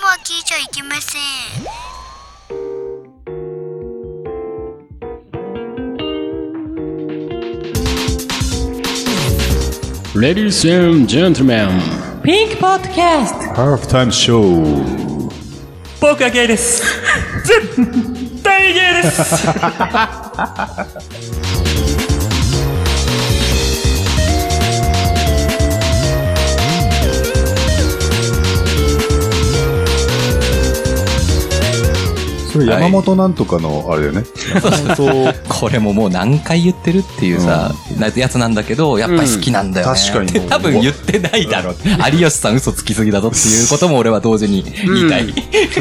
いけませんレディースジェントルメンピンクポッドキャストハーフタイムショー僕はゲイ です。絶対ゲイです。それ山本なんとかのあれだよね、そう これももう何回言ってるっていうさ、なやつなんだけど、やっぱり好きなんだよね。うん確かにって多分言ってないだろう。有吉さん嘘つきすぎだぞっていうことも俺は同時に言いたい。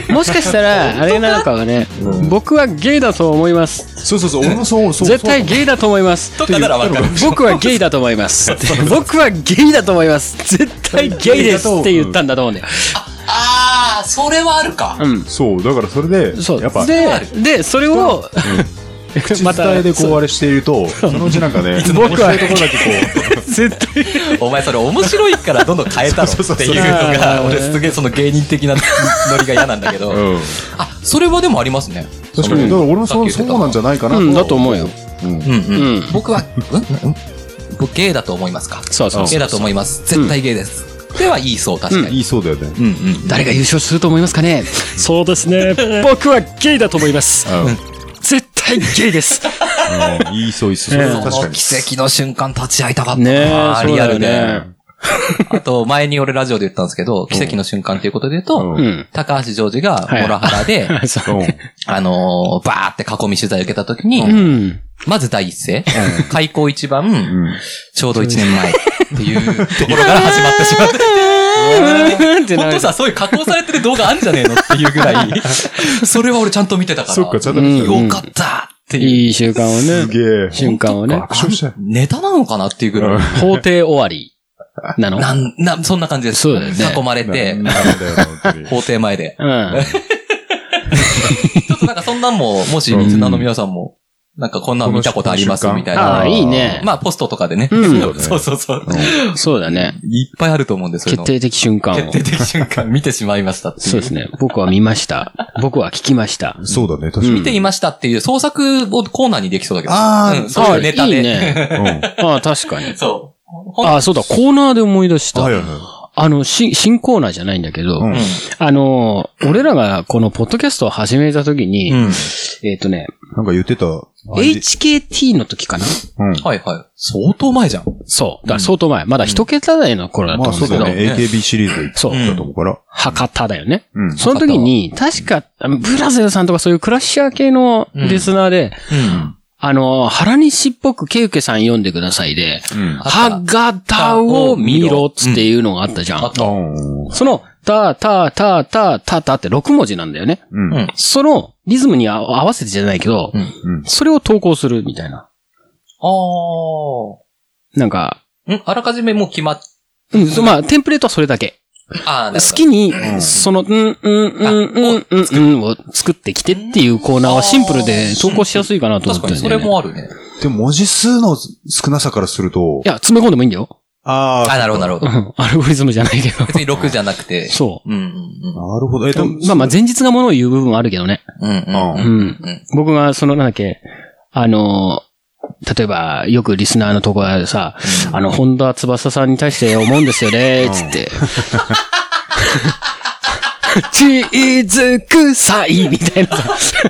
もしかしたら、あれなのかはね、僕はゲイだと思います。そうそうそう俺もそうそう絶対ゲイだと思います。とかならわかる。 僕はゲイだと思います。僕はゲイだと思います。絶対ゲイですって言ったんだと思うんだよ。 あー、それはあるか。うん。そうだからそれでそう。やっぱで、で、それを、口伝えでこうあれしているとそのうちなんかね 僕は面白いところだけこう 絶対お前それ面白いからどんどん変えたろっていうのが、俺すげえその芸人的なノリが嫌なんだけど。うんあ、それはでもありますね。確かに、だから俺もそうそうなんじゃないかなうん、だと思うよ。うんううん。ん。僕は、うんうん僕ゲイだと思いますか。そうそうゲそイう。だと思います。絶対ゲイです。では言いそう、確か言に。いそうだよね。うんうん。誰が優勝すると思いますかねそうですね。 僕はゲイだと思います。うん絶対ゲイです。うん言いそう、言いそう。ねえ確かに。奇跡の瞬間立ち会いたかったな。ねえ、あーそうリだアよルで。ね。あと、前に俺ラジオで言ったんですけど、奇跡の瞬間ということで言うと、うんうん。 高橋ジョージがモラハラで、そうあのー、バーって囲み取材を受けた時に、うん。まず第一声、開口一番、ちょうど一年前っていうところから始まってしまって、ってな本る当さ、そういう加工されてる動画あんじゃねえのっていうぐらい、それは俺ちゃんと見てたから、そっか、ちゃんと見てたよかったっていう、いい習慣をね、すげえ。瞬間をね。爆笑したよ。ネタなのかなっていうぐらい、法廷終わりなのなん、なん、そんな感じです。そうだよね囲まれて、なんだよ、本当に。法廷前で。うちょっとなんかそんなんも、もし、リスナーの皆さんも、なんかこんなん見たことありますこのみたいん。あな。あ、いいね。まあ、ポストとかでね。う そうそうそう。そうだね。いっぱいあると思うんです決定的瞬間を決。定的瞬間見てしまいましたっていうそうですね。僕は見ました。僕は聞きました。そうだね、確かに。見ていましたっていう創作をコーナーにできそうだけど。あーうんそういうネタああいいで。ね。ああ、確かに。 そう。ほんああ、そうだ、コーナーで思い出しうたんはい。はいはあの、新、新コーナーじゃないんだけど、うんあの、俺らがこのポッドキャストを始めた時に、うん。えっ、とね、い。なんか言ってた。あれ HKT の時かなうん。はいはい。相当前じゃん。そう。だから相当前。まだ一桁台の頃だとまあ思うんそだけうど、だよね、AKB シリーズそうだと思うから。博多だよね。うん。その時に、確か、あのブラゼルさんとかそういうクラッシャー系のリスナーで、うん。あの、原西っぽくケウケさん読んでくださいで、うん。はがたを見ろっていうのがあったじゃん。あった。うその、た、た、た、た、た、たって6文字なんだよね。ん。うん。そのリズムにあ合わせてじゃないけど、うんうんそれを投稿するみたいな。あーなんか、んあらかじめもう決まっ、うん、そまあ、テンプレートはそれだけ。ああ、好きに、その、うん、うん、うん、うん、うん、うんを作ってきてっていうコーナーはシンプルで投稿しやすいかなと思確ったかんだよにね。それもあるね。でも文字数の少なさからするとい、や、詰め込んでもいいんだよ。ああ、あ、なるほど、なるほうど。ん アルゴリズムじゃないけど。別に6じゃなくて。 そうんうんなるほど。えっうと、。まあまあ、前日がものを言う部分はあるけどね。うん。うんうんううんん。僕が、その、なんだっけ、あのー、例えば、よくリスナーのところでさ、あの、本田翼さんに対して思うんですよね、つって。 チーズ臭いみたい なさ。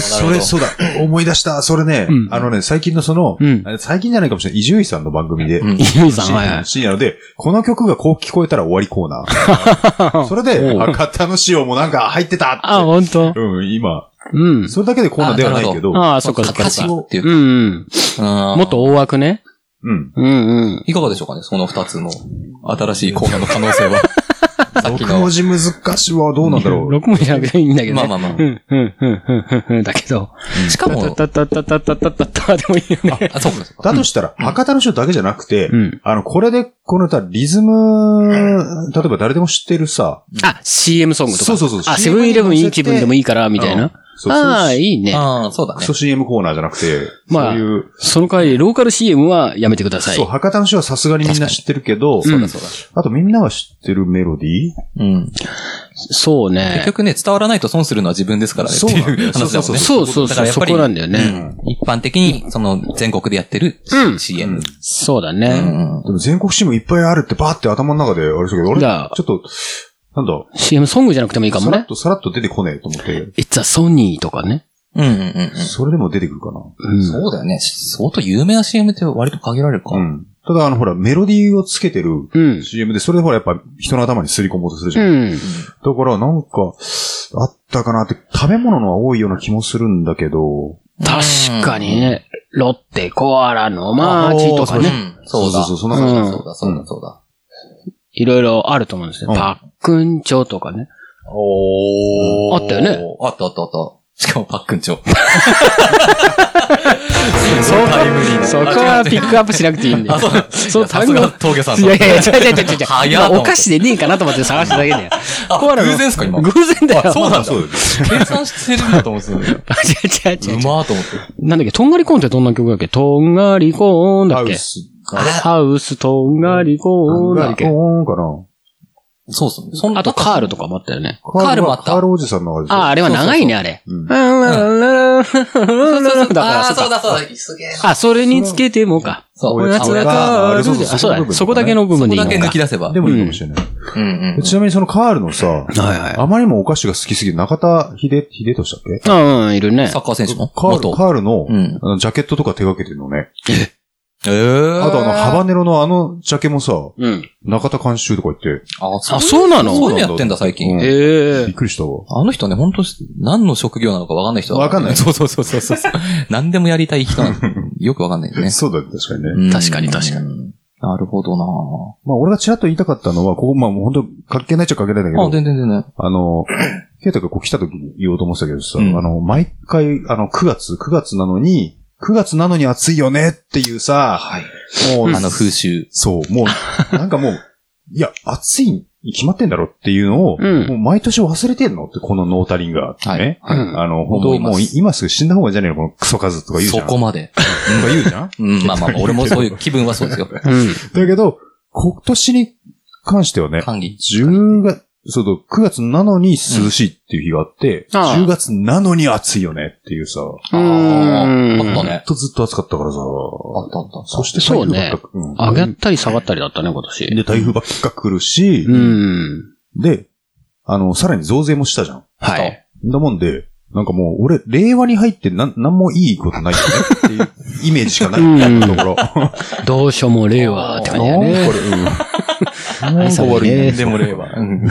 それ、そうだ。思い出した。それねうん、あのね、最近のそのうん、あれ最近じゃないかもしれない。伊集院さんの番組で、うん伊集院さん、はいはい。深夜ので、この曲がこう聞こえたら終わりコー ナー。それで、博多の塩もなんか入ってあ、たっほんとて。うん、今。うん。それだけでコーナーではないけど。ああ、そっかそっか形そっか。をっていうう。んうん。ももっと大枠ね。うん。うんうん。いかがでしょうかねその二つの新しいコーナーの可能性 は。さっき6の文。字難しいはどうなんだろう。 6文字じゃなくていいんだけどね。まあまあまあう。ん、うん、うん、うん、うん、うん、だけど。しかも、たたたたたたたたでもいいよね。あ、そうかそうか。だとしたら、博多の塩だけじゃなくてうん、あの、これで、この歌、リズム、例えば誰でも知ってるさ、あ、CM ソングとか。そうそうそうあ、セ CM ブンイレブンいにい乗せ気て分でもいいから、みたいな。そうああ、そういいね。ああ、そうだクねソ。CM コーナーじゃなくて、まあそういう、その代わり、ローカル CM はやめてください。そう、博多の詩はさすがにみんな知ってるけど、確かにんそうだあとみんなが知ってるメロディーうん。そうね結。局ね、伝わらないと損するのは自分ですからねってそうなんだいよう話だもんね。そうそうだかそう、らやっそぱりこなんだよね。一般的に、その、全国でやってるうん CM。そうだうね。ん。でも全国新聞いっぱいあるってバーって頭の中であれですけど、あだれからちょっと、なんだ、 CM ソングじゃなくてもいいかもさらっね。とさらっと出てこねえと思って、 It's a Sony とかね。うんうんうん。それでも出てくるかな。うん。そうだよね。相当有名な CM って割と限られるか。うん。ただ、あの、ほら、メロディーをつけてるうん。 CM で、それでほら、やっぱ人の頭にすり込もうとするじゃん。うん。だから、なんか、あったかなって、食べ物のは多いような気もするんだけど、確かにね。ロッテコアラのマーチとかうね。ん。そうだ。そそそうそうううそんなだ、感じだそうだ、そうだ、そうだ。いろいろあると思うんですよ。うんパックンチョとかね。あおったよね。あったあったあった。しかもパックンチョ。すごいタイムリーなそこはピックアップしなくていいんだあ、よそう。そそうう、タさイムすリーが峠さんいやだいや、違う違う違う違う。早い今お菓子でねえかなと思って探しただけだよ。あコアラの偶然ですか、今。偶然だよ。あそうなんだ。そう計算してるんだと思う んですよね。 違う違う違うう。まーと思って。なんだっけ、とんがりコーンってどんな曲だっけとんがりコーンだっけス。ハウスとんがりコーンだっコけーンかな。そうそう。そんあとカールとかもあったよね。カールもあったカールおじさんのあれでしょあ、あれは長いね、あれ。うんだから、あそあ、うそうか。だ、そうだ。すげえな。あ、それにつけてもか。そう。おやつが変わるじゃんあ、そうだね。そこだけの部分こでこいいだのけか抜き。出せば。でもいいかもしれない。うんうん。ちなみにそのカールのさ、はいはい。あまりにもお菓子が好きすぎて、中田秀、秀としたっけあうん、いるねサ。ッカー選手のカー元ル、。カールのう、ん。あの、ジャケットとか手掛けてるのね。ええ。あとあの、ハバネロのあのジャケもさ、うん。中田監修とか言って、あ、あ、そうなのそういうのやってんだ、最近うん。えびっえ。くりしたわ。あの人ね、本当何の職業なのかわかんない人だわかんないそうそうそうそうそう。 何でもやりたい人なんでよくわかんないよね。そうだね、確かにね。う ん確かに確かに。なるほどなまあ、俺がちらっと言いたかったのは、ここ、まあ、もう本当関係ないっちゃ関係ないんだけぁあ、ど、全然全然。あの、ケイタがこう来た時に言おうと思ってたけどさ、うんあの、毎回、あの、9月、9月なのに、9月なのに暑いよねっていうさ、はい。もう、あの風習。そう、もう、なんかもう、 いや、暑いに決まってんだろっていうのを、うんもう毎年忘れてんのって、このノータリンがあってね。はいはいあの、本思当いますもうい今すぐ死んだ方がいいんじゃねえのこのクソ数とか言うじそゃん。こまで。とか言うじゃんうん、まあまあ、俺もそう いう気分はそうですよ。うん。だけど、今年に関してはね、歓喜。 10月、そうだ、9月なのに涼しいっていう日があって、うんああ10月なのに暑いよねっていうさ、あうんああったね。とずっと暑かったからさ、あったあった。そしてそ台う風ねばっか、うん上がったり下がったりだったね、今年。で、台風ばっか来るし、うん。で、あの、さらに増税もしたじゃん。はい。んだもんで、なんかもう、俺、令和に入ってなん、なんもいいことないよねって いうイメージしかない。うんだから、どうしようも令和って感じだよなんね。かうん。 なんか悪いね。ね何でも令和。うん。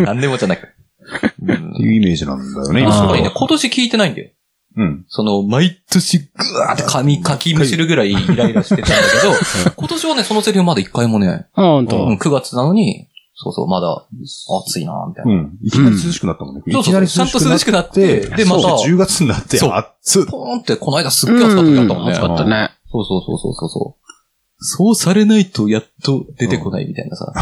何でもじゃない。うんっていうイメージなんだよね、あー確かに今ね、今年聞いてないんだよ。うん。その、毎年ぐわーって髪かきむしるぐらいイライラしてたんだけど、今年はね、そのセリフまだ一回もね、あ、ほんうん、と。 9月なのに、そうそう、まだ暑いなみたいな。うん。いきなり涼しくなったもんね。うんいきなり涼しくなって。そうそうちゃんと涼しくなってでまたそう10月になって、そう暑っ。ポーンって、この間すっげえ暑かった時あったもんね。暑かったね。そうそうそうそうそうそう。そうされないとやっと出てこないみたいなさ。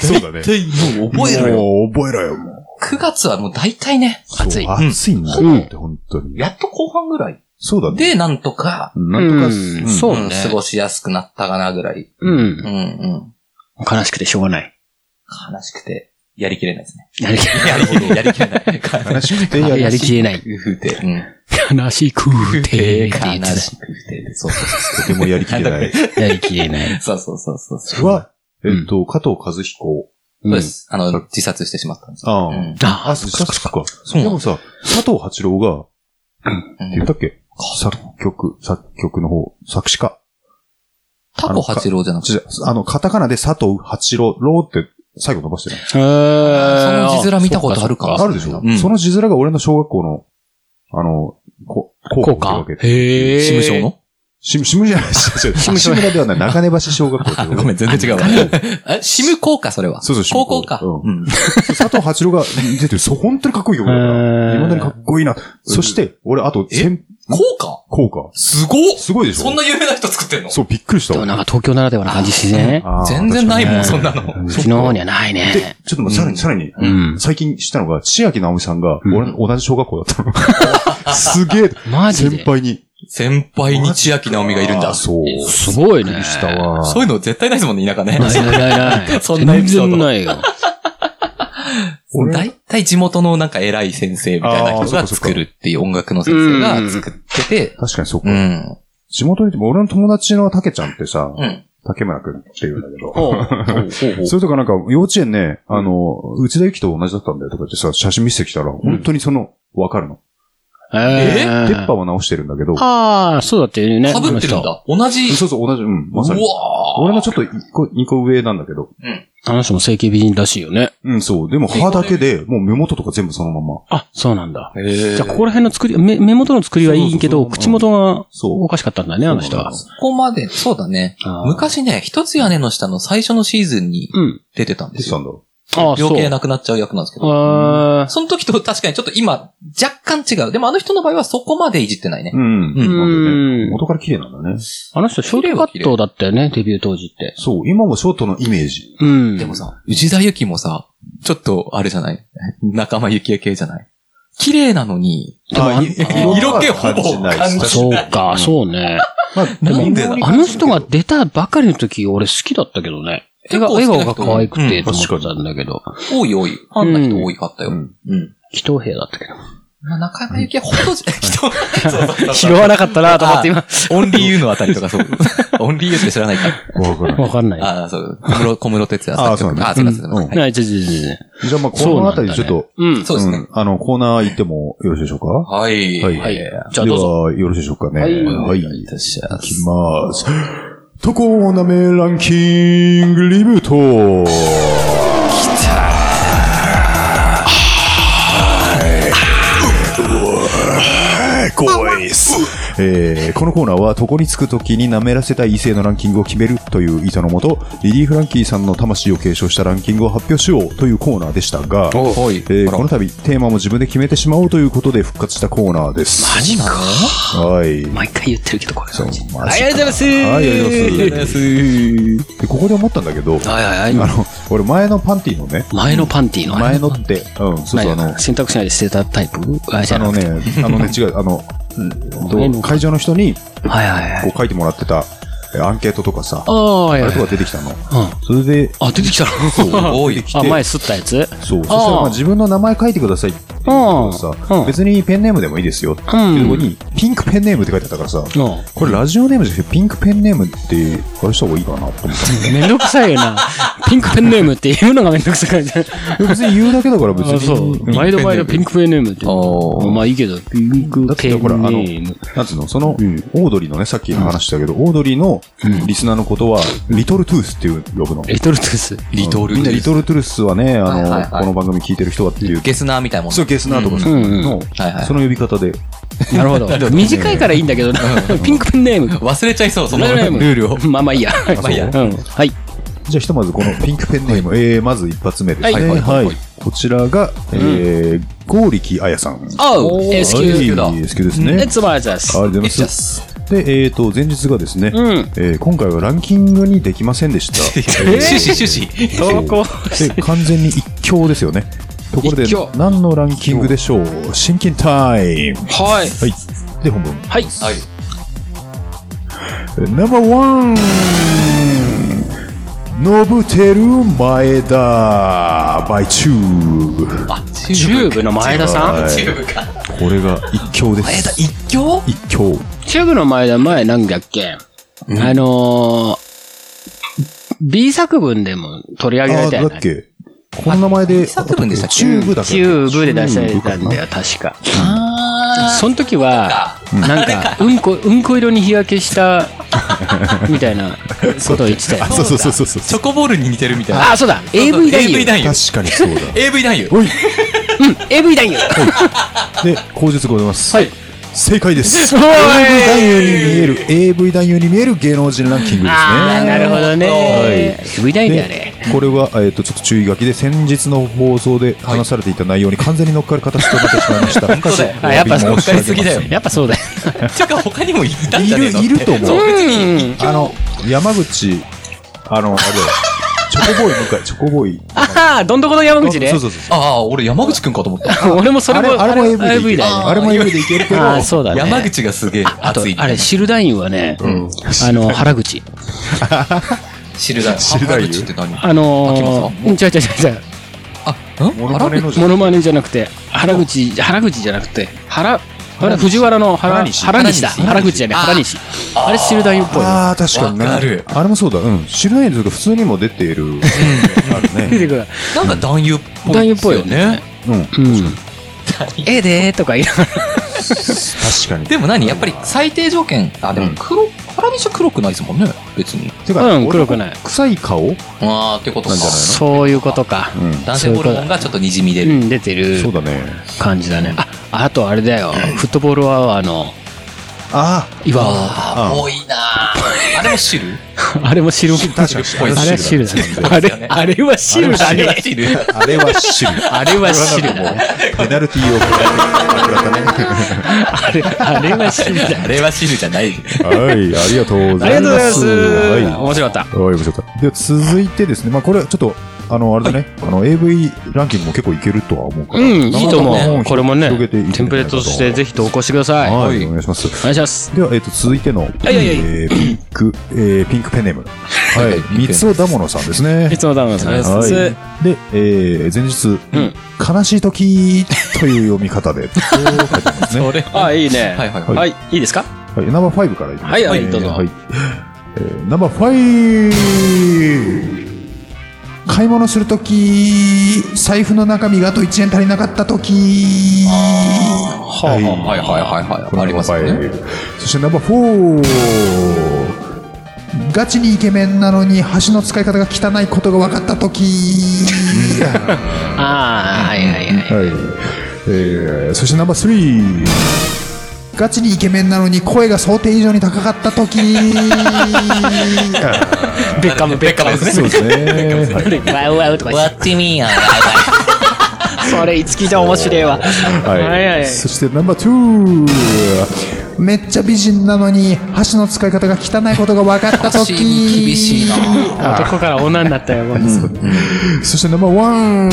そうだね。大体もう覚えろよ。もう覚えろよ、もう。 9月はもう大体ね、暑いそう暑いんだよって、本当に。やっと後半ぐらい。そうだね。で、なんとか、なんとか、うんんそうねん過ごしやすくなったかなぐらい。うんうん。うん。悲しくてしょうがない。悲しくて、やりきれないですね。やりき やりきれない。やりきれない。悲しくてやれ、やるりきれない。くて。うん。悲しくて、悲やしくて。そうそう とてもやりきれない。りきれない。そう。そうそうそうそう。は、えっと、加藤和彦。そううでんす。あの、自殺してしまったんですよ。ああ。うん。あ、あ、そっかそっか。そでうなんもですさ、佐藤八郎が、って言ったっけ作曲、作曲の方、作詞家。タコ八郎じゃなくて、ちょあの、カタカナで佐藤八郎、ろーって最後伸ばしてない。へーその字面見たことあるかあるでしょうんその字面が俺の小学校の、あの、こ効校歌果を手掛けて。へー。事務所のし、し むじゃない、し むしむしむらではない、中根橋小学校っていうごめん、全然違うわ。え、シム校か、それは。そうそうシム高校校か。ううん。佐藤八郎が出てる、そう、本当にかっこいい曲だから。へー未だにかっこいいな。そして、俺、あと、先、こうかこうか。すごっすごいでしょそんな有名な人作ってんのそう、びっくりしでたもわ。なんか東京ならではな感じしね。あー全然ないもん、そんなの。うちの方にはないねで。、ちょっと待って、さらに、さらに、うん。最近知ったのが、千秋直美さんが、ん俺同じ小学校だったの。 すげえ、マジ先で。輩に。先輩に千秋直美がいるんあだ。ーそう。すごいびっね。くりしたわ。そういうの絶対ないですもんね、田舎ね。ないないないない。そんなエピソ全ード然ないよ。俺大体地元のなんか偉い先生みたいな人あがーそっかそっか作るっていう音楽の先生が作ってて、確かにそううか。ん。地元にいても、俺の友達の竹ちゃんってさ、うん。竹村くんって言うんだけ ど。ほうほうほうほうそれとかなんか、幼稚園ね、あの、内田ゆきと同じだったんだよとか言ってさ、写真見せてきたら、本当にその、わかるの。え出っ歯ーは直してるんだけど、ああ、そうだって言うね。被ってるんだ。同じ。そうそう、同じ、うん、うまわさに。ー俺のちょっと一個、二個上なんだけど。あの人も整形美人らしいよね。うん、そう。でも歯だけで、もう目元とか全部そのまま。あ、そうなんだ。へーじゃあ、ここら辺の作り、目目元の作りはいいけど、そうそう口元がそうおかしかったんだね、あの人は。ここまで、そうだね。あー昔ね、一つ屋根の下の最初のシーズンにうん。出てたんで出てすたよ。んだろああ、病そう。気で亡くなっちゃう役なんですけど。あーその時と確かにちょっと今、若干違う。でもあの人の場合はそこまでいじってないねう。。ん。なんうだようんね。元から綺麗なんだね。あの人、ショートカットだったよね、デビュー当時って。そう。今もショートのイメージ。うん。でもさ、内田ゆきもさ、ちょっと、あれじゃない仲間ゆきえ系じゃない綺麗なのに、でもああんい色気ほぼ感ないじそうか、そうね。まあな微んでだ妙にあの人が出たばかりの時、俺好きだったけどね。笑結構顔好きな人笑顔が可愛くて、うん思ってたんだけど。多い多い。ファンな人多いかったよ。ううんん。うん。祈祷兵だったけど。まあ、中山ゆきえほどじゃ、人、拾わなかったなと思って今。 オンリーユーのあたりとかそう。 オンリーユーって知らないか。わからないわかんない。ああ、そう。小室、小室哲也あさん。あそうねあ、そうかそうかうんはいない、ちょちょちょちょじゃあまあ、このあたりでちょっと、うん。そうですねん。あの、コーナー行ってもよろしいでしょうかはい。はい。はいではじゃあどうぞよろしいでしょうかね。はいはい。いいたしまきす。ます。とこなめランキングリブート来いえーこのコーナーは床につく時に舐めらせたい異性のランキングを決めるという意図のもとリリー・フランキーさんの魂を継承したランキングを発表しようというコーナーでしたが、えおはい。ーこの度テーマも自分で決めてしまおうということで復活したコーナーですマジなのはい毎回言ってるけど、これ。そうマはジい、ありがとうございます。はい、ありがとうございはます。で、ここで思ったんだけど、あいはいはい。の、俺前のパンティーのね、前のパンティーの。前のって、うん、そうそう、あの何、選択肢内で捨てたタイプあ、じゃあなのくて。ね、あのね、違う、あの、前うんのと会場の人に、こはいはいはい。う書いてもらってたえアンケートとかさ、あああ、はいはれいと。か出てきたの。うんそれで、あ、出てきたの多い。あ、前吸ったやつそう、そしたらまあ自分の名前書いてくださいっていうことでうんうさん、別にペンネームでもいいですよってういうとこん。に、ピンクペンネームって書いてあったからさ、うんこれラジオネームじゃなくてピンクペンネームって、あれした方がいいかなと思ったんだけ どめんどくさいよな。ピンクペンネームって言うのがめんどくさいじゃん。いや別に言うだけだから別あそに。う。毎度毎度ピンクペンネームって。おーまあいいけど、ピンクだっペてンネほら、あの、ーム。なんつうの、その、オードリーのね、さっき話したけど、オードリーのリスナーのことは、リトルトゥースっていう呼ぶの。リトルトゥース。リトル。みんなリトルトゥースはね、はいはいはあいの、この番組聞いてる人はっていう、ゲスナーみたいなもんねそういうゲスナーとかさうんうんのはいはい、その呼び方で、なるほど。 短いからいいんだけどな。ピンクペンネーム。忘れちゃいそう、そペのンルネームールを。まあまあいいや。まあいいやうん。はい。じゃあひとまずこ のピンクペンネーム、えーまず一発目ですね。はいはいはいはいこちらが、えー、剛力彩さん。おうおー !S はい q だ。 SQ ですね。ありがと Let's buy this. うございまめっちゃす。で、えーと、前日がですね、うんえー今回はランキングにできませんでし た。シュシュシュシそう投稿で完全に一強ですよね。ところで一強、何のランキングでしょう真剣タイムはい。はい。で、本文。はい。はい。ナンバーワンノブテル前田バイチューあ、チチューブの前田さんはいチューブか。これが一強で前田す。一強一強。チューブの前田前なんだっけあのー、B 作文でも取り上げられたあよだっね。けこの名前で、作文でしたっけチューブだっけチューブで出されたんチューブだかよ、確か。あその時は、なんか、うんこ、うんこ色に日焼けした、みたいなことを言ってたよあ、。そうそうそうそうそう。チョコボールに似てるみたいな。あ、そうだそうそう !AV 男優 AV 男優。確かにそうだ。 AV 男優。おい !AV 男優で、口述ございます。はい。正解です。お AV い男優に見える、AV 男優に見える芸能人ランキングですね。あー、なるほどはね。AV 男優だね。これは、えっと、ちょっと注意書きで、先日の放送で話されていた内容に完全に乗っかる形となってしまいました。本当だよあ、やっぱそう乗っかりすぎだよやっぱそうだよ。てか他にもいたんいじゃねえのる、いると思う。うん。あの、山口、あの、あれだよ。チョコボーイ向かい、チョコボーイ。ああ、どんどこの山口ねそう。そうそう。ああ、俺山口くんかと思った。俺もそれあれ、も、あれも AV でいける。だよね。あれも AV でいけるけど、ああ、そうだね。山口がすげえあと熱い。、あれ、シルダインはね、あの、原口。知るだよ。知るだよ山口って何あの秋元さんー、うん、違う違う違う違う。あ、モんノマネのじゃモん。ノマネじゃなくて、原口、原口じゃなくて、原、あれ、藤原の原原西西原西だ。原西原口じゃねえ、あー原西。あれ、シルダインっぽいね。ああ、確かにね。わかるあれもそうだ。うん。知らないですけど、普通にも出ている。ある出ね。てくる。なんか男優っぽい。男優っぽいよね。うん。うん。 ええでーとか言いながら。確かに。でも何やっぱり最低条件。あ、でうもん黒、原西は黒くないですもんね。別に。てうか、ん、俺黒くない。臭い顔うん。ああ、ってことかなんじゃないのそういうことか。男性ホルモンがちょっとにじみ出うる。ん、出てるそうだね。感じだね。あ、あとあれだよ。フットボールアワーのあ岩尾。ああ、うん多いなーあれも知るあれも汁っぽい。確かにあれは汁だね。あれ、あれは汁だね。知るあ、あれは汁。ああれは汁もだうね。、ペナルティーをあれ、あれは汁だね。あれは知るじゃない。はい、ありがとうごありがとうございざいま。ますす。はい面白かっはい、面白かった。で、続いてですね、まあ、これはちょっと、あの、あれだね、あの、AV ランキングも結構いけるとは思うかた。うら。ん、いいと思う。これもね広げていけ、るんテじゃなンいかとプレートとしてぜひ投稿してください。おはい、お願いします。願いします。では、えっと、続いての、いえはいはいーピンク、えーピンクペンネ ーム。はい、三尾ダモノさんですいね。つもダウンさんです。はい。で、えー前日、ん悲しい時という読み方で、こう書いてあり ますね。れあ、いいね。はいはいはい。はい、いいですかはい、ナンバーファイブからいきますはいはいどうぞいえーナンバーファイブ買い物するとき、財布の中身があと1円足りなかったとき。はいはいはいはいはいこれありますよねナンバーファイブそしてナンバーフォー。ガチにイケメンなのに箸の使い方が汚いことが分かったとき。ああ、はいはいはい。はい。 えー、そしてナンバースリー。ガチにイケメンなのに声が想定以上に高かった時あベッカム、ベッカム。そうですね。 はいワウワウとか 言って What do you mean? それ、いつきじゃ面白いわ。はいはいはいそしてナンバーツーめっちゃ美人なのに箸の使い方が汚いことが分かった時私に厳しいな男から女になったよ、こいつそしてナンバーワン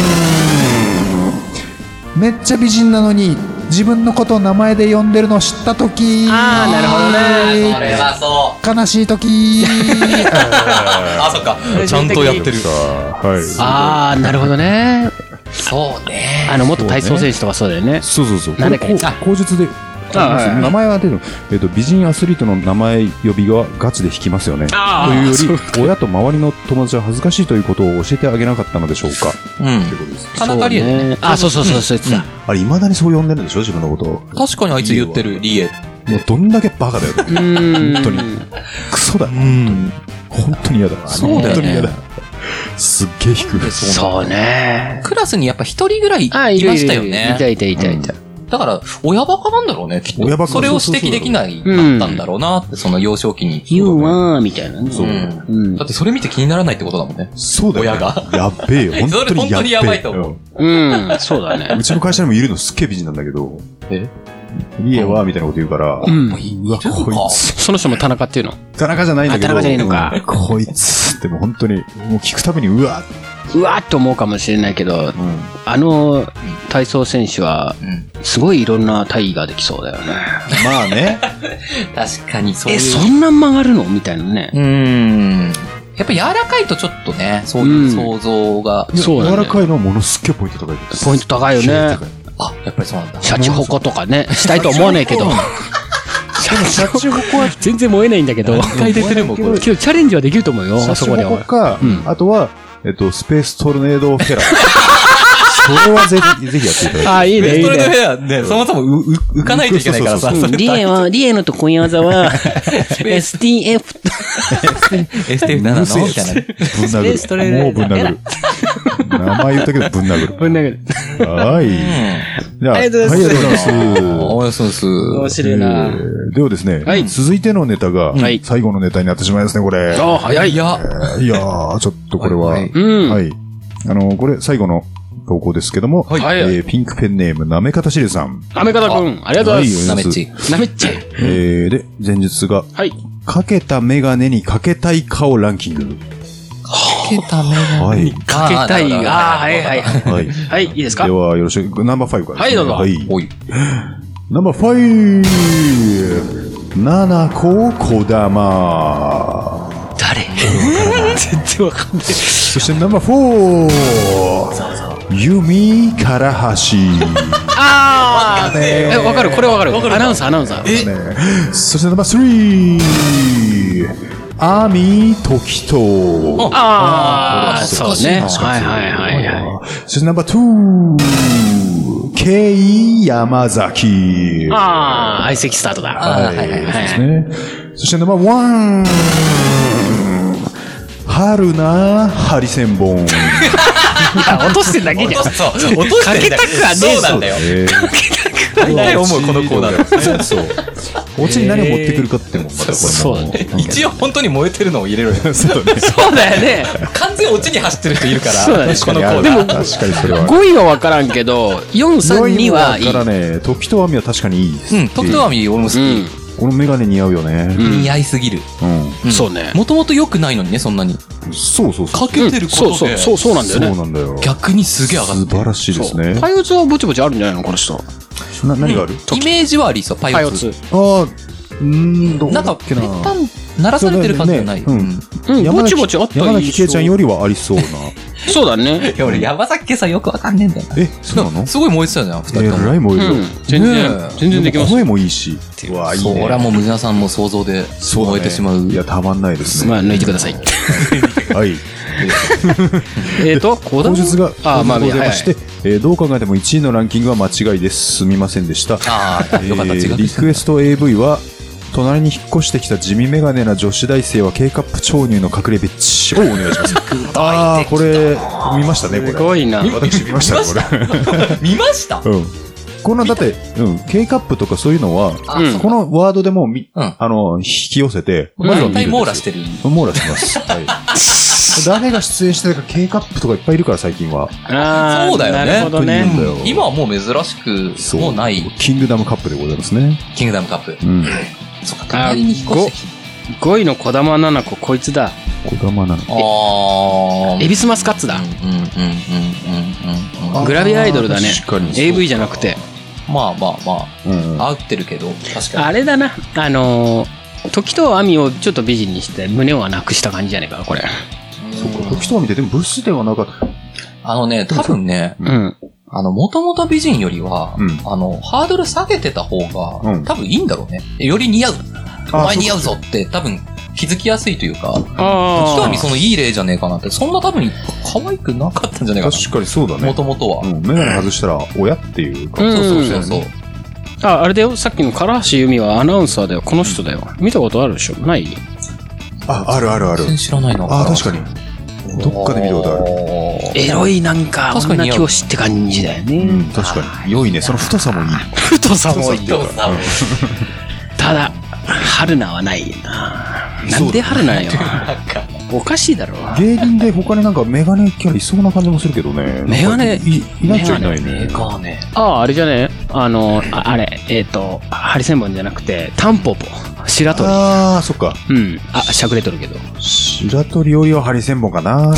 めっちゃ美人なのに自分のことを名前で呼んでるのを知った時あーなるほどねそれはそう。悲しい 時あ、そっか。ちゃんとやってる。はいああ、なるほどね。そうね。あの、元体操選手とかそうだよね。そうそうそうなんだっけこれこうあ口述であはい名前は出る、えっと美人アスリートの名前呼びがガチで引きますよねあーというより親と周りの友達は恥ずかしいということを教えてあげなかったのでしょう かうん。田中理恵ね。ねあ、そうそうそう、そう言ってた。あれいまだにそう呼んでるんでしょ自分のことをも確かにあいつ言ってる、理恵。うどんだけバカだようーん本当にクソだうん。本当に嫌だわそうだよね本当に嫌だすっげえ低いそうね。クラスにやっぱ一人ぐらいいあ、まいるいるしたよいたね。いたいたいた。だから、親バカなんだろうね、きっと親バカそれを指摘できないだったんだろうなって、その幼少期に。 You are みたいなね。そううんうんだ。ってそれ見て気にならないってことだもんね。そうだよ、ね、親がやっべえ よ本そ当れに本や当っべにえやばいと思ううんうん、そうだね。うちの会社にもいるのすっげえ美人なんだけどえリエはみたいなこと言うから、うんもういいうわこいつその人も田中っていうの。田中じゃないんだけど。あ田中じゃないのかうんこいつってもう本当に、もう聞くたびに、うわうわーって思うかもしれないけど、うん。あの体操選手は、うん。すごいいろんな体位ができそうだよね。まあね。確かにそういう。え、そんな曲がるのみたいなね。うーん。やっぱ柔らかいとちょっとね、そういう想像が。そうだね柔らかいのはものすっげえポイント高い。ポイント高いよねすっげえ高いあ、やっぱりそうなんだ。シャチホコとかね、したいとは思わないけど。シャチホコは 全然燃えないんだけど。何回出てるもん、これ。けどチャレンジはできると思うよ、シャあそチこでホはコ。かうん、あとは、えっと、スペーストルネードフェラー。それはぜひ、ぜひやっていただきたい。あ、いいね、いいストレートね。フェアね、そもそもうう浮かないといけないからさ、そうそれリエは、リエのと恋技 は、STF と、 STF7 うるせえのみたいな。ぶんスペースト殴ルる。ネもうードぶん殴る。名前言ったけどぶん殴る。ぶん投げる。はい。じゃあ、ありがとうございますはいありがとうございます。おやすです。面白いなえ。ーではですね、はい続いてのネタがはい、最後のネタになってしまいますね、これ。ああ、早い。いや、いやー、ちょっとこれは、ははいはいい。うん。あの、これ、最後の投稿ですけども、はいはいえーピンクペンネーム、なめかたしれさん。アメカタくん、ありがとうございまなめっち。す。なめっち。えー、で、前述が、はい。かけたメガネにかけたい顔ランキング。かけた目が。はい。かけたい。あーああ、はいはい。はい。はい、いいですかでは、よろしく、ナンバー5からですね、はいはい。おい。ナンバーファイ七個こだま誰 全然わかんない。そしてナンバーフォー弓からはし ああえ、わかる、これわかる。アナウンサー、アナウンサー。ねそしてナンバースリー網時とああ、そそううですね。確かはいにはいはいはい。そしてナンバーツーケイ山崎ああ、相席スタートだ。はいはいはい。ねそしてナンバーワン春なハリセン ボンあ落としてるだけじゃん。そう、落としてんだかけたくはねえぞそうなんだよ。大体思う、このコーナー。ー。そう。お家に何を持ってくるかっても、またこれ。 そうだね。一応本当に燃えてるのを入れろよ。そうね。そうだよね。 完全落ちに走ってる人いるから、そうだねこのコーでナも、ー。確かにそれは。 5位はわからんけど、4、3、2はいい。からね、時と網は確かにいいです。うん、特等網俺も好うき。このメガネ似合うよね。似合いすぎる。ううん。そうね。 もともと良くないのにね、そんなに。ん。そうそうそう。かけてることそうで。そう、そうそうなんだそうよね。なんだよ。逆にすげえ上が素って晴る。らしいですねそう。パイオツはぼちぼちあるんじゃないのこの人。な、何があるイメージはありそう、パパイイオオツツ。。ああ、うーん、どこなんだか、っぺけっな。たん、鳴らされてる感じじゃない。そうだよねうん、山ぼち崎ぼちあった山崎印圭象ちゃんよりはあり そうな。そうだね。いや、俺、山崎圭さんよくわかんねえんだよな。え、そうなのすごい燃えてたじゃん、二え人とも。らいもいるうよん。。全ね然、え全然できます。声もいいし。うわ、いいそね。りゃもう、ムジナさんも想像でそうだね燃えてしまう。いや、たまんないですね。まあ、抜いてくださ い。 はい。えっと、こだ口述が、ああ、まあ、ございはまいして、えーどう考えても1位のランキングは間違いです。すみませんでした。ああ、えーよかった、違う。リクエスト AV は、隣に引っ越してきた地味メガネな女子大生は K カップ超乳の隠れビッチをお願いします。 ああ、これ、見ましたね、これ。すごいな。私見ましたね、こ見ましたれ。うん。こんな、だって、うん、K カップとかそういうのは、あ、うんそこのワードでもうみ、うんあの、引き寄せて、う。まずは大見るんです体よ網羅してる。網羅して ます。はい。誰が出演してるか K カップとかいっぱいいるから、最近は。あーそうだよねなるほどうねん。だよ今はもう珍しく、もうない、キングダムカップでございますね。キングダムカップ。うん。そっか、隣に引っ越してきた。 5位の小玉七子、こいつだ。こだまなの。ああエビスマスカッツだ。だうん。うんうんうんうんうん。あグラビアアイドルだね確かに。 AV じゃなくて。まあまあまうん。あ、合ってるけど、確かに。あれだな。あのー、時と網をちょっと美人にして、胸はなくした感じじゃねえかな、これ。そっか、時とは見て、でもブスではなかった。あのね、多分ね、うん。あの、もともと美人よりは、うんあの、ハードル下げてた方が、うん多分いいんだろうね。より似合う。お前似合うぞって、多分気づきやすいというか、一あ網そのいい例じゃねえかなって、そんな多分可愛くなかったんじゃねえか確かにそうだな。もねと。もとは。うん。メガネ外したら、親っていうか。うんそうそうそうそう。あ。あ、あれだよ。さっきの唐橋由美はアナウンサーだよ。この人だよ。見たことあるでしょないあ、あるあるある全。然知らないな。あー、確かに。どっかで見たことある。る。エロいなんか、確かに女教師って感じだよね。うん、確かに。良いね。その太さもいい。太さもいい。どうさ、ただ、春菜はないな。なんで春菜よ。なんか、おかしいだろ。芸人で他になんかメガネキャラいそうな感じもするけどね。メガネなんかいいないっちゃいないメね。ガネ。ああ、あれじゃねあの、ああれ、えっ、と、ハリセンボンじゃなくて、タンポポ。白鳥。あー、そっか。うん。あ、しゃくれとる けど。白鳥よりはハリセンボンかな。どっ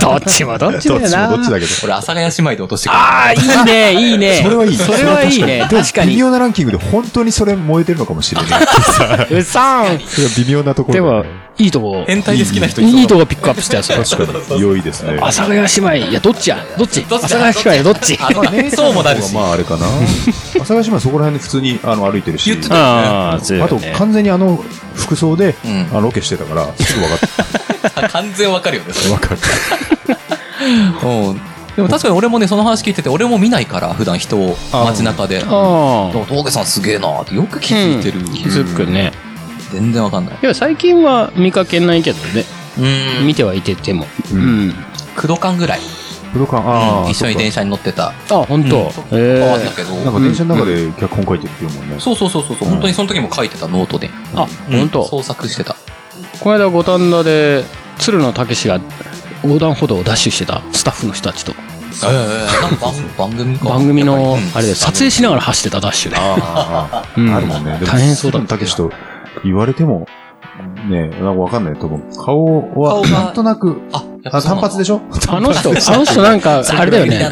どっちもどっちちもだよな。どっちだけど。俺、阿佐ヶ谷姉妹で落としてくる。ああ、いいね、いいね。それはいい。それはいいね。確か微に。妙なランキングで本当にそれ燃えてるのか もしれない。うさん。それは微妙なところでだはね。、いいとこ、変態で好きな人いそう。いいとこピックアップしたよ、それ。確かに良いですね。阿佐ヶ谷姉妹、いや、どっちやどっち阿どっち佐ヶ谷姉妹、どっちあのね、そうもなるし。まああれかな。阿佐ヶ谷姉妹そこら辺で普通にあの歩いてるし言っ。てたああ、そうあと完全にあの服装でうんあのロケしてたから、すぐ分かった。 あ完全わかるよね、それ分かった。うん。でも確かに俺もね、その話聞いてて、俺も見ないから、普段人を街中で。でもああ。峠さんすげえなってよく気づいてる。気づくね。全然わかんない。いや、最近は見かけないけどね。うん。見てはいてても。うん。 9度間ぐらい。武道館、ああ、一緒に電車に乗ってた。あ、本当そう。えあだえ。けど。なんか電車の中で脚本書いてるっていうもんね。そうそうそうそう、う本当にその時も書いてたノートで。あ、本当。創作してた。この間五反田で鶴野武が横断歩道をダッシュしてたスタッフの人たちとええなんか番番組か。番組のあれで撮影ししながら走ってたダッシュであうあんあるもんね。でも大変そうだっ鶴た野武と言われても、ねなんかわかんないと思う。顔顔は、がなんとなく、あ、あ単発でししょあの 人、あの人なんか、あれだよね。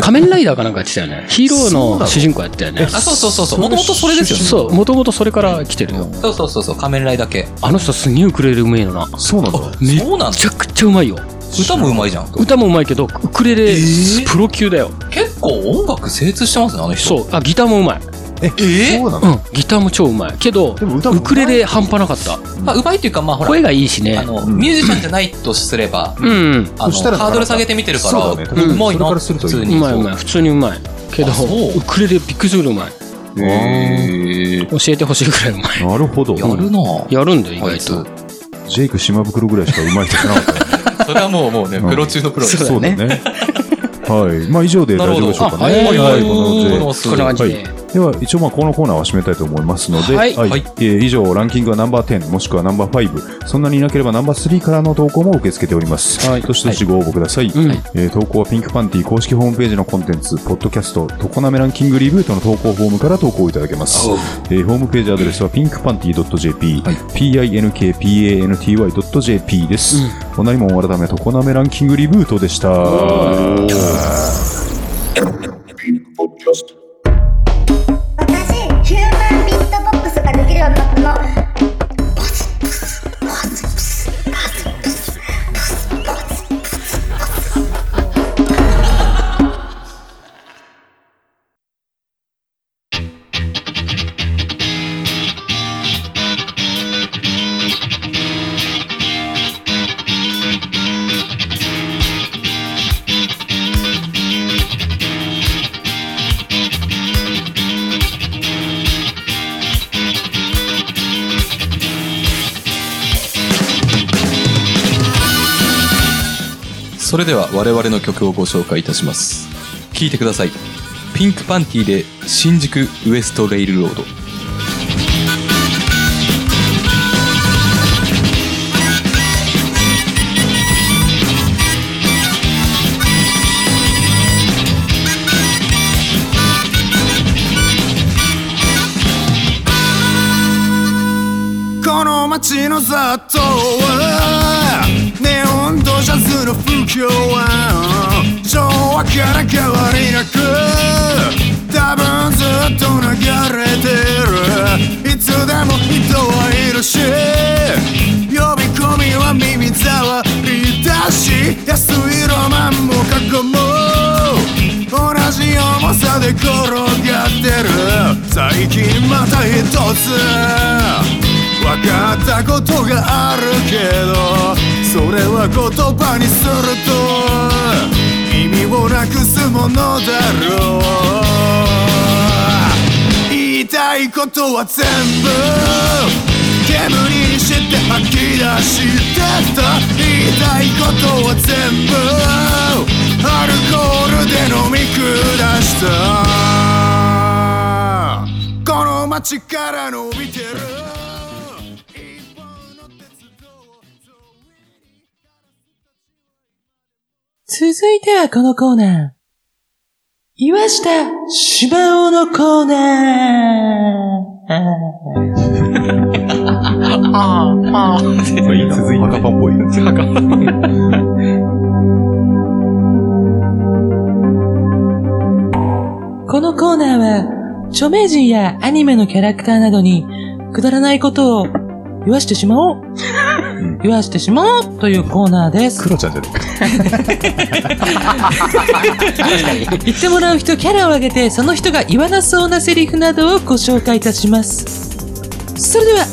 仮面ライダーかなんかやってたよね。ヒーローの主人公やったよね。あ、そうそうそうそう。もともとそれですよね。そう、もともとそれから来てるよ。そうそうそうそう。仮面ライダー系。あの人すげえウクレレうめえのな。そうなんだ。めっそうなんだち。ゃくちゃうまいよ。歌もうまいじゃん。歌もうまいけど、ウクレレえー、プロ級だよ。結構音楽精通してますね、あの人。そう、あ、ギターもうまい。え、えそうなうのん、ギターも超うまい。けどで、も歌もウクレレ半端なかった。まあ、うまいっていうか、まあ、ほら、声がいいしあね。の、んミュージシャンじゃないとすれば、うん、うんあそしたらなかなかの、ハードル下げてみてるかそら、うだねうそまいれな、からすると普いい通うに。まいうまい。普通にうまい。けどあそう、ウクレレびっくりするぐらいうまい。えへ教ーえてほしいぐらいうまい。なるほど。やるなぁ。やるんだよ、意あい外つと。ジェイク島袋ぐらいしか上手い人いなかった。それはもう、もうね、うんプロ中のプロです。そうだ ね。はい。まあ以上で大丈夫でしょうかあね。はいははいい、はいここののこんな感じで。では一応まあこのコーナーは締めたいと思いますので、はいはいえー以上ランキングはナンバー10もしくはナンバー5そんなにいなければナンバー3からの投稿も受け付けております。はいどしどしご応募ください。うんえー投稿はピンクパンティ公式ホームページのコンテンツポッドキャストトコナメランキングリブートの投稿フォームから投稿いただけます。えーホームページアドレスはピンクパンティ .jp、pinkpanty.jp です。おなりもん改めトコナメランキングリブートでした。私ヒューマンビットボックスができる男のそれでは我々の曲をご紹介いたします。聴いてください。ピンクパンティで新宿ウエストレイルロード。この街の雑踏はネオンとジャズの風景は昭和から変わりなく多分ずっと流れてるいつでも人はいるし呼び込みは耳障りだし安いロマンも過去も同じ重さで転がってる最近また一つ分かったことがあるけどそれは言葉にすると意味をなくすものだろう言いたいことは全部煙にして吐き出してた言いたいことは全部アルコールで飲み下したこの街から伸びてる一本の鉄道続いてはこのコーナー。岩下島尾のコーナー。まあいいな墓場っぽい。このコーナーは、著名人やアニメのキャラクターなどに、くだらないことを言わしてしまお う。言わしてしまおうというコーナーです。クロちゃんじゃねえか。言ってもらう人キャラを挙げてその人が言わなそうなセリフなどをご紹介いたしますそれでは行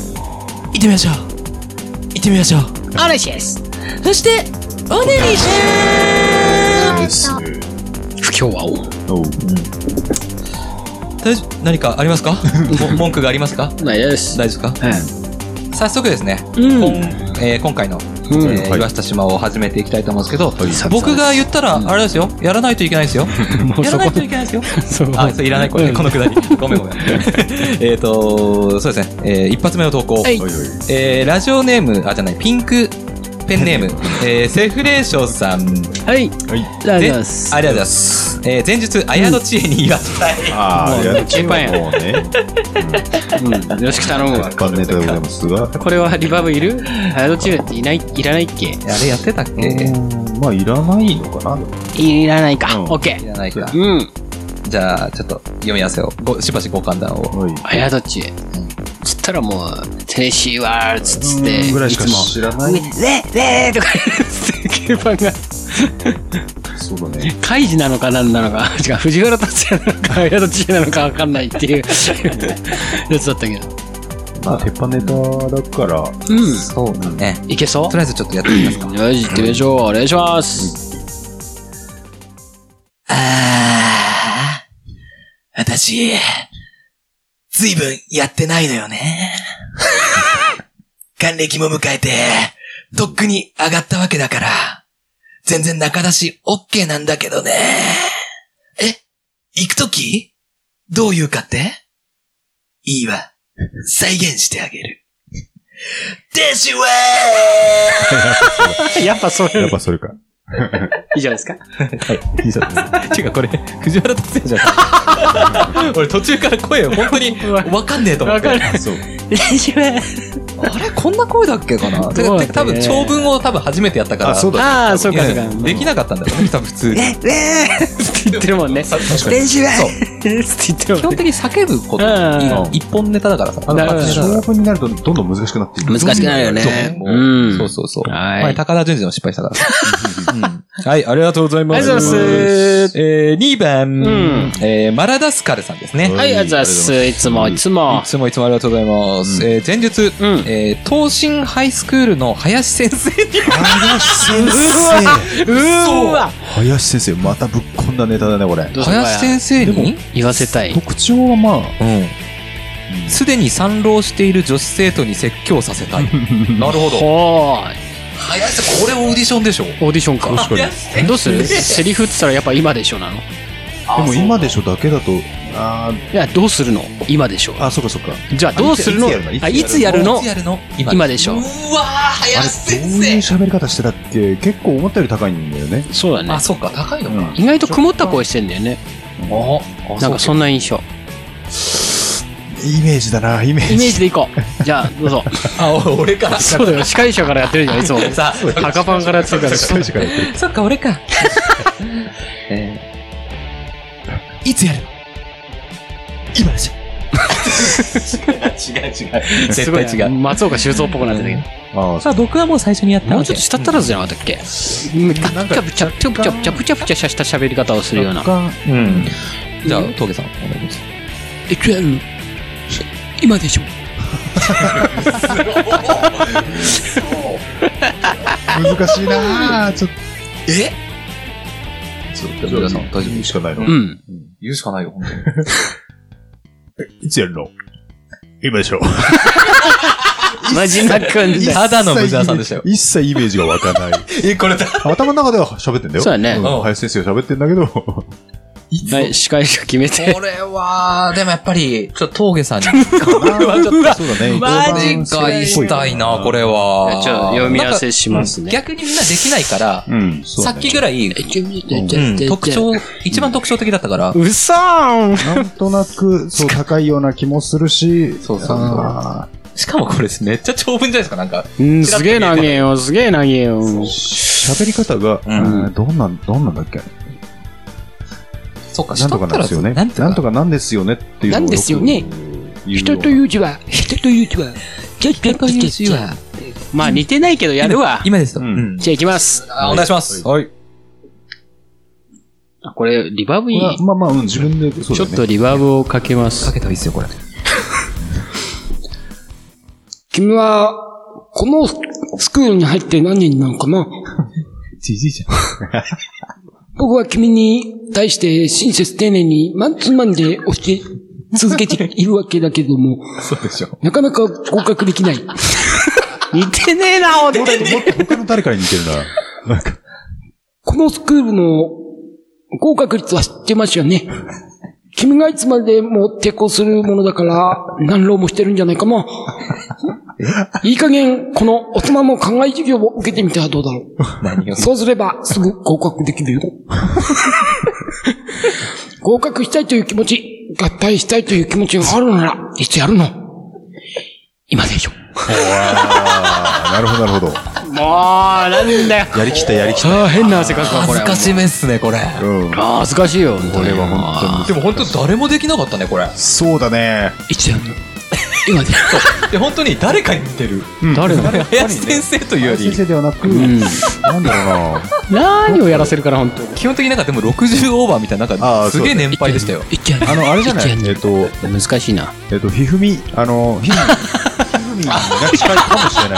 ってみましょう行ってみましょうお願いしますそしておねりしです。不協和音。おう大丈夫何かありま すかも文句がありますかないです。大丈夫ですかはい早速ですね、うんこんえー今回のうんえー岩下島を始めていきたいと思うんですけど、僕が言ったら、あれですよ、やらないといけないですよ。もうやそらこないといけないですよ。そうあ、そういらない、これ、このくだり。 ごめんごめん。えっと、そうですね、えー一発目の投稿。はいはいえーラジオネーム、あ、じゃない、ピンクペンネー ム、えーセフレーションさん。はい。じゃあ、でじゃあすありがとうございます。えー前日、綾戸知恵に岩下ああ、やる気一番やはもうね、うんよろしく頼むわ一。般ネタでございますが、これはリバーブいるハードチューっていない、いらないっけあれやってたっけうんまあ、いらないのかな。いらないか。うんオッケいー。らないか。うん。じゃあ、ちょっと読み合わせを、ごしばしご勘談を。はい。ハヤドチュー。つったらもう、テネシーワールズっつって、ぐらいいしかつも、知らない。ねねねとか言って、鍵盤が、そうだね。カイジなのか何なのか、 違う、藤原達也なのか、ハヤドチューなのかわかんないっていう やつだったけど。まあ、鉄板ネタだから、うん。そうだね。いけそうとりあえずちょっとやってみますか。よし、行ってみましょう。お願いします。ああ、私、ずいぶんやってないのよね。還暦も迎えて、とっくに上がったわけだから、全然中出し OK なんだけどね。え、行くときどういうかっていいわ。再現してあげる。デシュウェーやっぱそうやいっぱそれか。いじゃないですか。いざねていうかこれ、藤原達也じゃない俺途中から声本当にわかんねえと思って。わあそう。れこんな声だっけかなてそうかだねてか多分長文を多分初めてやったから。あ、そうだ。ああ、そういかやそういやか。できなかったんだよね、多分普通に。言ってるもんね。練習はそう。つって言っ基て本的に叫ぶことう、一本ネタだからさ。なるほど勝負になると、どんどん難しくなっていく。難しくなるよねそううんそうそうそう。はい前高田純次の失敗した から。うんはい、ありがとうございます。ありがとうございますえー、2番ん、えーマラダスカルさんですね。も。はい、あざっす。いつも、いつもい。つもいつもありがとうございます。えー前日、うんえー東進ハイスクールの林先生に、林先生うーわ林先生、またぶっこんだネタだね、これ。どうぞ林先生に、言わせたい。特徴はまあ、うんすでに参浪している女子生徒に説教させ たい。なるほど。ほーい。林さん、これオーディションでしょオーディションか。どうするセリフって言ったらやっぱ今でしょなのでも今でしょだけだと、あいや、どうするの今でしょーあ、そうかそうか。じゃあどうするのいつやるのいつやるのあいつやるのいつやるの今でしょうわー、あれ林どう先いう生。喋り方してたって結構思ったより高いんだよね。そうだねあ、。そうか、高いのか。意外と曇った声してんだよね。あなんかそんな 印象。イメージだな、イメーイメージ。ジでいこう。 じゃあ、どうぞ。あ、お俺か。さそうだよ。司会者からやってるじゃん、い つも。あ、赤パンからやってるから。そっか、俺か。えーいつやるの今でしょ 違う違う。す絶ご対い違う。松岡修造っぽくなってたけああ、さあ、僕はもう最初にやっど。もわうちけょっと舌足らずじゃなかったっけなんか、ぷちゃぷちゃぷちゃぷちゃぷちゃぷちゃした喋り方をするような。若干うん。じゃあ、峠さん、お願いしいつやるの今でしょ難しい なちょっと。えちょっと、さん、大丈夫しかないのう。ん。言うしかないよ、本当に。いつやるの今でしょ。マジなくんだ。 ただの無沢さんで したよ一切イメージが湧か ない。え、これだ。頭の中では喋ってんだよ。そうだねん林先生が喋ってんだけど、はい、司会者決め て。これは、でもやっぱり、ちょっと峠さんに。これはちょっと、 そうだね。マジかいしたいな、これは。ちょっと読み合わせしますね。逆にみんなできないから、うん、そうさだっねきぐらい、うん特徴、一番特徴的だったから、うそーんなんとなく、そう、高いような気もするし、そうそうそうあしかもこれめっちゃ長文じゃないですか、なんか。うん、すげえ投げよ、すげえ投げよ。ー喋り方が、うんうんどんなん、どんなんだっけそっか、なんとかなんですよね。なんとか。かなんですよねっていうのをなんですよねよく言う人とよいう字は、人という字は、人という字は。まあ似てないけどやるわ。今ですよ。ううんん。じゃあ行きます。あお願いします。はい。あこれ、リバーブいいうなまあまあ、うん、自分で、そうちだょねっとリバーブをかけまかす。けたらいいですよ、これ。君は、このスクールに入って何人なのかなじじいじゃん。 僕は君に対して親切丁寧にマンツーマンで教 え続けているわけだけども、そうでしょ。なかなか合格できない。似てねえな、本当に。他の誰かに似てるな。なんか、このスクールの合格率は知ってますよ ね。君がいつまでも抵抗するものだから、何浪もしてるんじゃないかな。いい加減、この大人の課外授業を受けてみてはどうだろ何をう。そうすれば、すぐ合格でき るよ。合格したいという気持ち、合体したいという気持ちがあるなら、いつやるの今でしょ。 あーなるほど、なるほもど。う、なんだよ。やりきった、やりきった。ああ、変な汗かくわ、こ恥れず。かしめっすね、これ。うん。ああ、恥ずかしいよ、これは本でも本当誰もできなかったね、これ。そうだね。いつやるの今でしょ。で、本当に誰かに似てる。当に。誰だ林先生というよ先り、生ではなく、んなんだろうな。何をやらせるから、本当に。基本的になんかでも60オーバーみたいな、なんあかーすげえ年配でした よ。いつやるのあの、あれじ ゃないいつやるのえっと、難しいな。えっと、ひふみ、あの、ひふみ、ひふみが近いかもしれ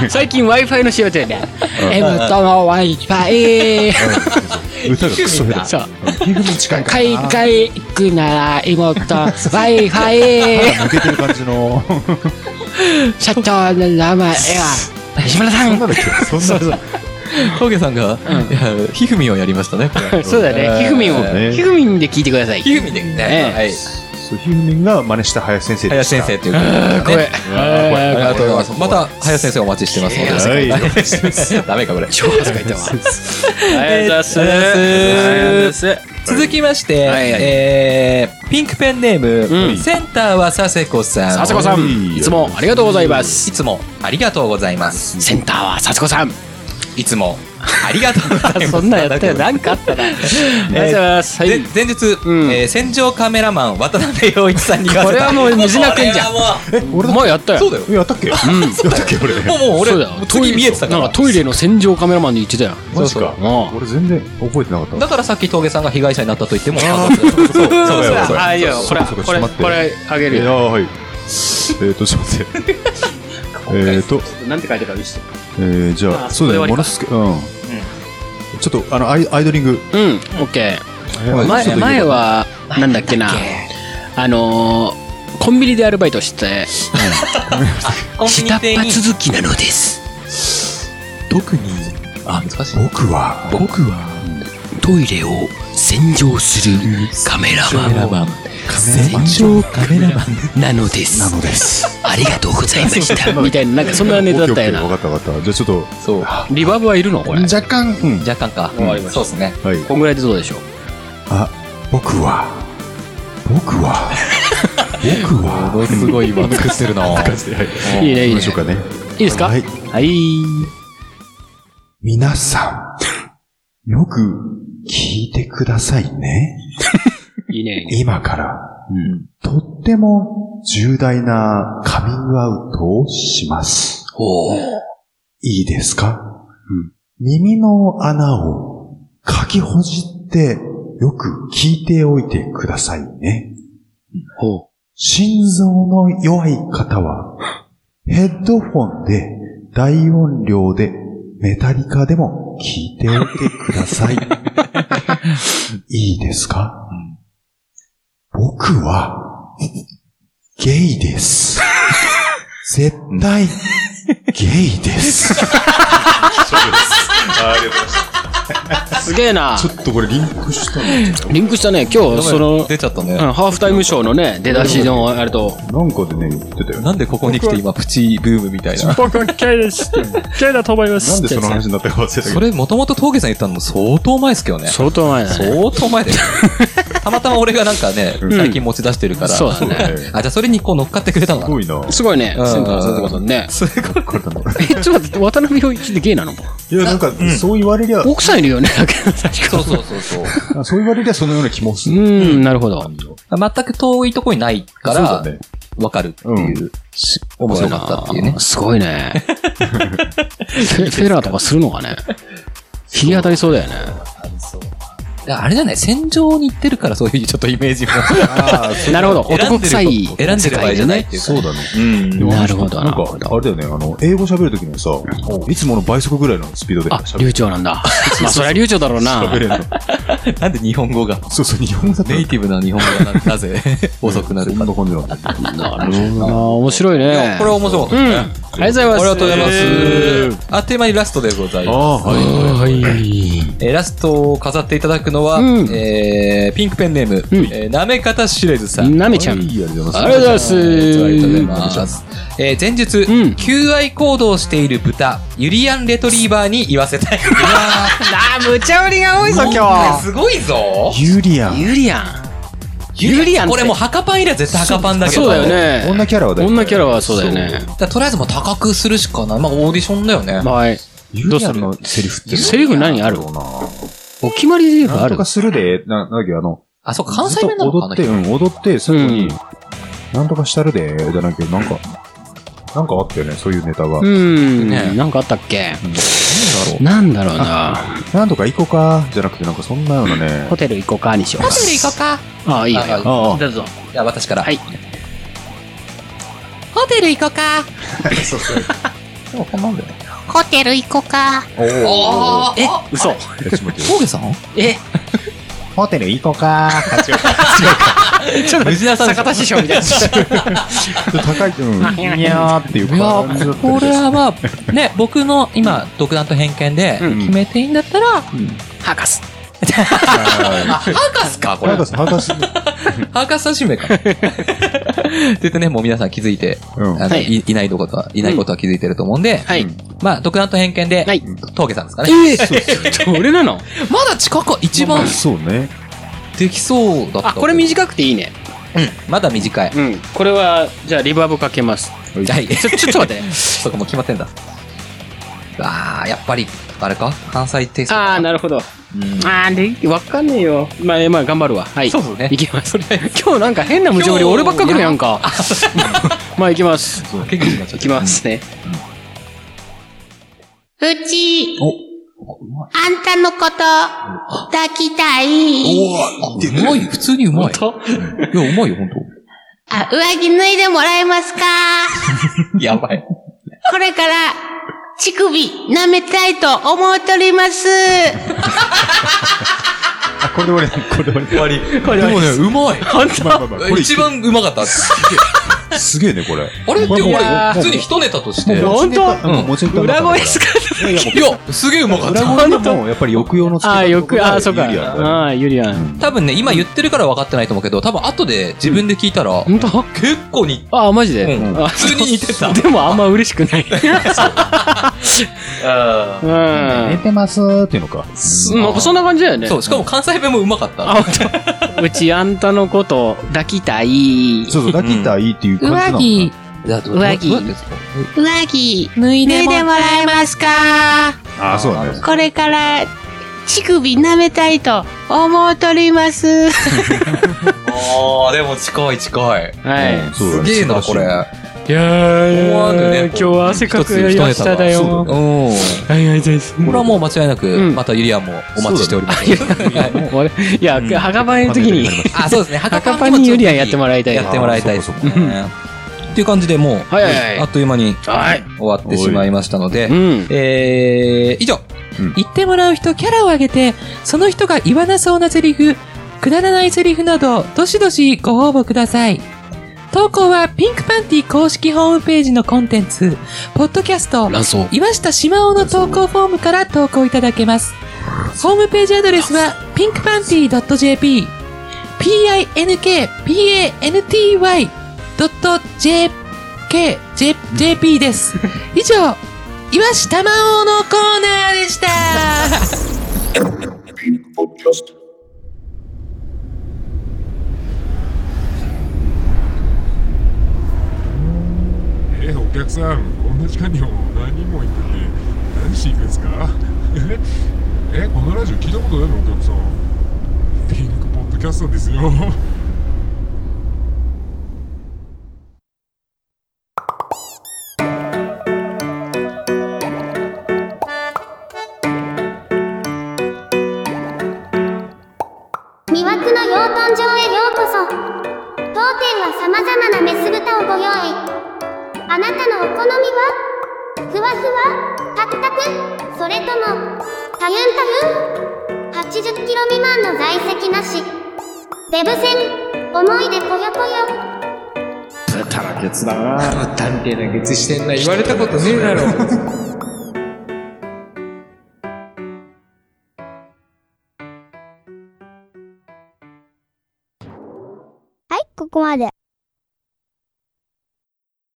な い。最近 Wi-Fi の仕様だよね。 M との Wi-Fi。歌がクソ下そう。手。ひふみ近いか海な。外行くなら妹 Wi-Fi 抜けてる感じの。社長の名前は西村さんなんだっけそんな。峠さんが、いやひふみんをやりましたね、これそうだね。ひふみんねを。ひふみんで聞いてください。ひふみんでねね。はい。そうひふみが真似した林先生で林した先生ということでね。声。ありあがとうございます。また、林先生お待ちしてますので。はい。ダメか、これ。超恥ずかしいわ。ありがとうございます。あありりががととうございまうございます。続きまして、はいはいえーピンクペンネーム、うんセンターは佐世子さん。さすこさん、いつもありがとうございまいす。つもありがとうございます。センターはさすこさん。いつもありがとうござ いま す。そんなんやったよ。なんかあ ったな。ありがとうございます。はい。で前日、うんえー戦場カメラマン渡辺陽一さんに言わせこたれはもう水野くんじゃんこれはもえ、俺だ前やったうよ。そうだよえやったっけやったっけ俺。もうもう俺そうだよ次見えてたかならんかトイレの洗浄カメラマンで言ってたよ。マジか。あ俺全然覚えてなかったわ。だからさっき峠さんが被害者になったと言ってもあ過言ではないそあ。うだよああ、いいよ。そうこれ、そうこれ、ちょっと待ってこれ、あげえるーよ。あーはい。えーと、ちょっと待って。えーと、なんて書いてあるか見せて。えーじゃあ、そうだよね、こものれすけ、うん。ちょっと、あの、アイアイドリング。うん、オッケはー。いちょっ前、と前は、なんだっけな。あのー、コンビニでアルバイトして、コンビ下ニっ店員端続きなのです。特にあ難しい僕は、僕は、トイレを洗浄するカメラマン。洗浄カメラマンなのです。なのです。ありがとうございま した。みたいな、なんかそんなネタだったよ分な。かった分かった。じゃあちょっと、そう若リバーブはいるのこれ。若干、うん。干かそうですねはい。こんぐらいでどうでしょうあ、僕は、僕は、僕は、ものすごい今作ってるないいね、いいね。行きましょうかね。いいですかはいい皆さん、よく聞いてくださいね。 いいね。今から、とっても重大なカミングアウトをします。いいですか、耳の穴をかきほじってよく聞いておいてくださいね。心臓の弱い方は、ヘッドフォンで大音量でメタリカでも聞いておいてください。いいですか、僕は、ゲイです。絶対、ゲイです。すげえな。ょっとこれリンクしたのリンクしたね。今日、その、出ちゃったねうんハーフタイムショーのね、出だしのあれと。なんかでね、言ってたよ。なんでここに来て今プチブームみたいな僕はゲイです。ゲイだと思いまなす。んでその話になったか忘れたけど。それもともと峠さん言ったのも相当前ですけどね相当前だね。相当前だよたまたま俺がなんかね最近持ち出してるからそうだね。ねあじゃあそれにこう乗っかってくれたのすかごいな。すごいね。うんセンターさんとかさん ね。すごいこれだなえ、ちょっと待って、渡辺陽一ってゲイなのいや、なんか、そう言われりゃ、奥さんいるよね、確そかうそうそうそうそう言われりゃそのような気もすうる。ーん、なるほど。全く遠いとこにないかそうだらね。わかるっていうし面白かったっていうねすごいな すごいね。フェフェラーとかするのかね。日当たりそうだよね。あれじゃない戦場に行ってるからそういうちょっとイメージも。なるほど。男臭い。選んでる場合じゃないっていうか。そうだね。うん。でもなるほどなんかなるほ、どあれだよね、あの、英語喋るときにさ、いつもの倍速ぐらいのスピードであ、喋流る。暢なん だ。まあ、そりゃ流暢だろうな。喋れるの。なんで日本語が、そうそう、日本語だとネイティブな日本語がななぜ遅くなるこかん。な感じなんだ。なるほどな。面白いいやね。これは面白かったうん。ね。ありがとうございます。ありがとうございますえー。あっという間にラストでございあます。あ、はい。はい。えーラストを飾っていただくのは、うんえーピンクペンネーム、うんえーなめかたしれずさん。なめちゃん。ありいいやりでございがまとうございまありがとうございす。ます。えー前述、ん求愛行動をしている豚、ユリアンレトリーバーに言わせたい。あー、無茶売りが多いぞ、今今すごいぞす。ユリアン。日。ユリアン。ユリアンってこれもう墓パンいら絶対墓パンだけど。そうだよ。ね。女キャラはだよね女キャラはそうだよね。だからとりあえずもう高くするしかない。まあオーディションだよね。はい。ユリアンのセリフって。セリフ何あるそうだなお決まりセリフなあんとるかするで、な、なんだっけ、あの、あ、そうか、関西弁なのかなずっと踊って、うん、踊って、そこうんに、なんとかしたるで、じゃなくて、なんか、なんかあったよね、そういうネタが。うん。ねなんかあったっけなんだろうな。なんとか行こうか、じゃなくて、なんかそんなようなねホ。テル行こうかにしよう。ホテル行こうか。ああ、いいよ。あああ、どうぞ。じゃあ私から。はい。ホテル行こうか。でもこんなんだよね。ホテル行こうか。おーえ、嘘。峠さんえ、ホテル行こうか。ちょっと、坂田師匠みたいな。高い、うん。にゃーっていういや感じだったりーこしれてはまあ、ね、僕の今、独断と偏見で、うん決めていいんだったら、博士。博士か、これ。博士、博士。博士さん指 名か。って言ってね、もう皆さん気づいて、うん。あのはいいいないことは、いないことは気づいてると思うんで、はい。まあ、独断と偏見で、はい。峠さんですかね。ええ俺なのまだ近く一番そうね。できそうだった。あ、これ短くていいね。まだ短い。うん。これは、じゃあリバーブかけます。はい。ちょ、ちょっと 待ってね。そこもう決まってんだ。あー、やっぱり、あれか関西テイスト。ああ、なるほど。ああ、で、わかんねえよ。まあ、まあ、頑張るわ。はい。そうそうねいきます。今日なんか変な無情理、今日俺ばっか来るやん か。まあ、いきます。うん。結構になっちゃいっきたますね。うち、あんたのこと、抱きたい。あうまい、普通にうまい。いや、うまいよ、ほんと。あ、上着脱いでもらえますかやばい。これから、乳首舐めたいと思うとります。あ、これで終わり、これで終わり。終わり。でもね、うまい。まあまあまあ、これ一番うまかった。すげえね、これ。あれってもうもう俺、普通に一ネタとして。いや、本当もう持ちネタ裏声すかすげえうまかっ裏た。声のもうやっぱり抑揚のつけああ、よく、ああ、そうか。ユリアンだねああ、ユリアン。多分ね、今言ってるから分かってないと思うけど、多分後で自分で聞いたら、本当結構に、ああ、マジで。うんあ普通に似てたでも、あんま嬉しくない。 うん寝。てますーっていうのか。なんかそんな感じだよね。そう、しかも関西弁もうまかった。あ、本 当。うち、あんたのこと、抱きたい。そうそう、抱きたいっていう感じなの。着、上着上着、脱いでもらえますかああ、そうだね。これから、乳首舐めたいと思うとります。あー、でも近い近い。はい。うんそうだすねげえな、これ。素晴らしいいや思わぬねー、今日は汗かくやりましただ一つ一よ。うん。はいはいです。これはもう間違いなく、うんまたユリアンもお待ちしております。俺、いや、墓場の時に、あ、そうですね。墓墓場にユリアンやってもらいたい。やってもらいたいですね。っていう感じでもう、はいはいはいあっという間にはい。終わってしまいましたのでう、ん。えー、以上。言ってもらう人キャラを上げて、その人が言わなそうなセリフ、くだらないセリフなど、どしどしご応募ください。投稿はピンクパンティ公式ホームページのコンテンツ、ポッドキャスト、乱走。岩下しまおの投稿フォームから投稿いただけます。ホームページアドレスは pinkpanty.jp pinkpanty.jp jp です。以上、岩下真央のコーナーでした。えお客さんこんな時間にも何人もいてて何していいですかえこのラジオ聞いたことないのお客さんピンクポッドキャストですよ誕生へようこそ当店は様々なメス豚をご用意あなたのお好みはふわふわタクタクそれともたゆんたゆん 80kg 未満の在籍なしデブ戦思い出ぽよぽよ豚のケツだな豚みてえなケツしてんな言われたことねえだろはい、ここまで。